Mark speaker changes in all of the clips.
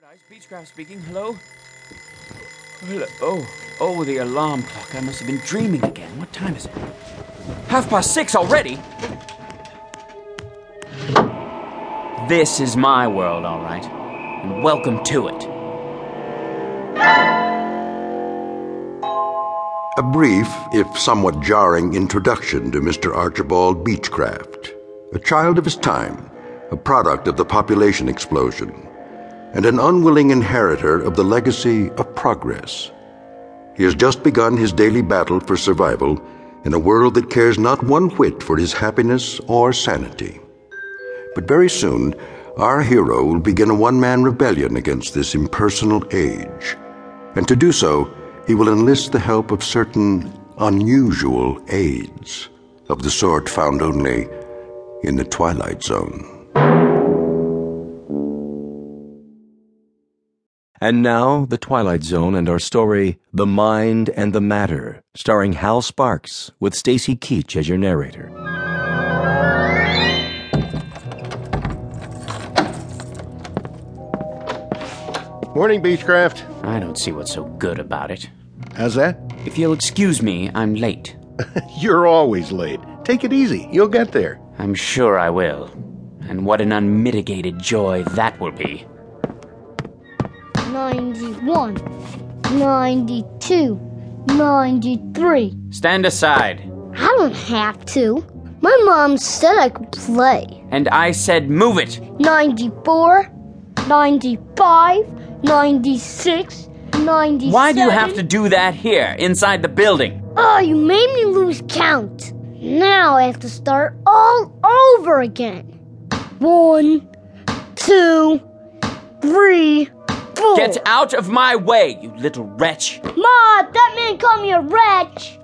Speaker 1: guys, Beechcraft speaking. Hello? Hello. Oh, oh, the alarm clock. I must have been dreaming again. What time is it? Half past six already? This is my world, all right. And welcome to it.
Speaker 2: A brief, if somewhat jarring, introduction to Mr. Archibald Beechcraft, a child of his time, a product of the population explosion, and an unwilling inheritor of the legacy of progress. He has just begun his daily battle for survival in a world that cares not one whit for his happiness or sanity. But very soon, our hero will begin a one man rebellion against this impersonal age. And to do so, he will enlist the help of certain unusual aids, of the sort found only in the Twilight Zone.
Speaker 3: And now, The Twilight Zone and our story, The Mind and the Matter, starring Hal Sparks, with Stacy Keach as your narrator.
Speaker 4: Morning, Beechcraft.
Speaker 1: I don't see what's so good about it.
Speaker 4: How's that?
Speaker 1: If you'll excuse me, I'm late.
Speaker 4: You're always late. Take it easy. You'll get there.
Speaker 1: I'm sure I will. And what an unmitigated joy that will be.
Speaker 5: 91, 92, 93.
Speaker 1: Stand aside.
Speaker 5: I don't have to. My mom said I could play.
Speaker 1: And I said, move it.
Speaker 5: 94, 95, 96, 97.
Speaker 1: Why do you have to do that here, inside the building?
Speaker 5: Oh, you made me lose count. Now I have to start all over again. One, two, three, four.
Speaker 1: Get out of my way, you little wretch.
Speaker 5: Ma, that man called me a wretch.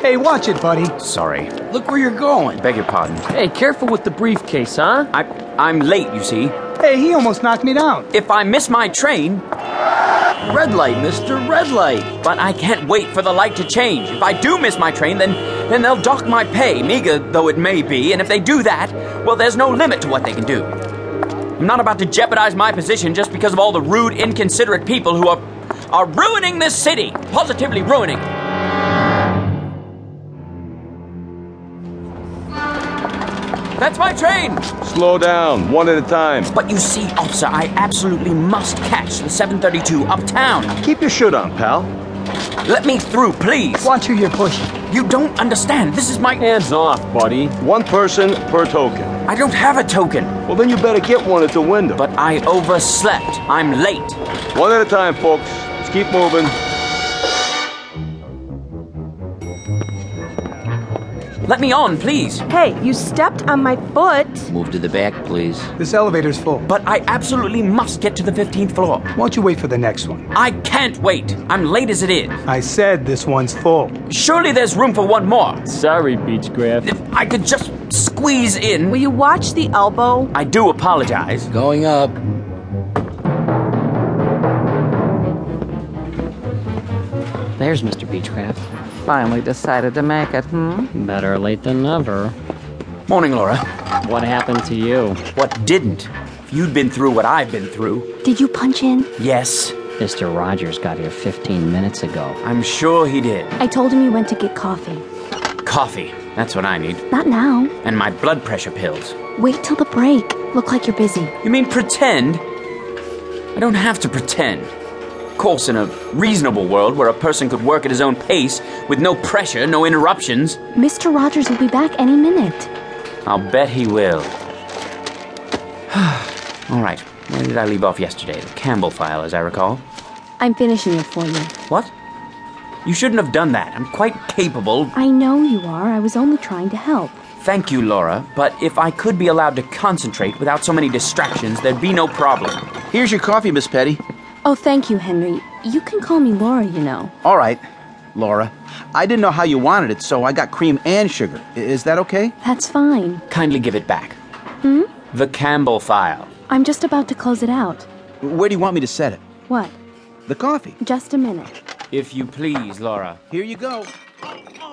Speaker 6: Hey, watch it, buddy.
Speaker 1: Sorry. Look where you're going. Beg your pardon.
Speaker 7: Hey, careful with the briefcase, huh?
Speaker 1: I, I'm late, you see.
Speaker 6: Hey, he almost knocked me down.
Speaker 1: If I miss my train,
Speaker 7: Red light, Mr. Red Light.
Speaker 1: but I can't wait for the light to change. If I do miss my train, then then they'll dock my pay, meager though it may be, and if they do that, well there's no limit to what they can do. I'm not about to jeopardize my position just because of all the rude, inconsiderate people who are are ruining this city. Positively ruining. That's my train!
Speaker 8: Slow down, one at a time.
Speaker 1: But you see, officer, I absolutely must catch the 732 uptown.
Speaker 8: Keep your shirt on, pal.
Speaker 1: Let me through, please.
Speaker 6: Watch who you're pushing.
Speaker 1: You don't understand. This is my.
Speaker 7: Hands off, buddy.
Speaker 8: One person per token.
Speaker 1: I don't have a token,
Speaker 8: Well, then you better get one at the window.
Speaker 1: but I overslept. I'm late.
Speaker 8: one at a time, folks. Let's keep moving.
Speaker 1: Let me on, please.
Speaker 9: Hey, you stepped on my foot.
Speaker 10: Move to the back, please.
Speaker 6: This elevator's full.
Speaker 1: But I absolutely must get to the 15th floor.
Speaker 6: Won't you wait for the next one?
Speaker 1: I can't wait. I'm late as it is.
Speaker 6: I said this one's full.
Speaker 1: Surely there's room for one more.
Speaker 7: Sorry, Beechcraft.
Speaker 1: If I could just squeeze in.
Speaker 9: Will you watch the elbow?
Speaker 1: I do apologize.
Speaker 10: Going up.
Speaker 9: There's Mr. Beechcraft.
Speaker 10: Finally decided to make it, hmm?
Speaker 7: Better late than never.
Speaker 1: Morning, Laura.
Speaker 7: What happened to you?
Speaker 1: What didn't? If you'd been through what I've been through,
Speaker 9: Did you punch in?
Speaker 1: yes,
Speaker 7: Mr. Rogers got here 15 minutes ago.
Speaker 1: I'm sure he did.
Speaker 9: I told him you went to get coffee.
Speaker 1: Coffee. That's what I need.
Speaker 9: Not now.
Speaker 1: And my blood pressure pills.
Speaker 9: Wait till the break. Look like you're busy.
Speaker 1: You mean pretend? I don't have to pretend. Of course, in a reasonable world where a person could work at his own pace with no pressure, no interruptions,
Speaker 9: Mr. Rogers will be back any minute.
Speaker 1: I'll bet he will. All right, where did I leave off yesterday? The Campbell file, as I recall.
Speaker 9: I'm finishing it for you.
Speaker 1: What? You shouldn't have done that. I'm quite capable.
Speaker 9: I know you are. I was only trying to help.
Speaker 1: Thank you, Laura, but if I could be allowed to concentrate without so many distractions, there'd be no problem.
Speaker 10: Here's your coffee, Miss Petty.
Speaker 9: Oh, thank you, Henry. You can call me Laura, you know.
Speaker 10: All right, Laura. I didn't know how you wanted it, so I got cream and sugar. I- Is that okay?
Speaker 9: That's fine.
Speaker 1: Kindly give it back. Hmm? The Campbell file.
Speaker 9: I'm just about to close it out.
Speaker 10: Where do you want me to set it?
Speaker 9: What?
Speaker 10: The coffee.
Speaker 9: Just a minute.
Speaker 1: If you please, Laura.
Speaker 10: Here you go.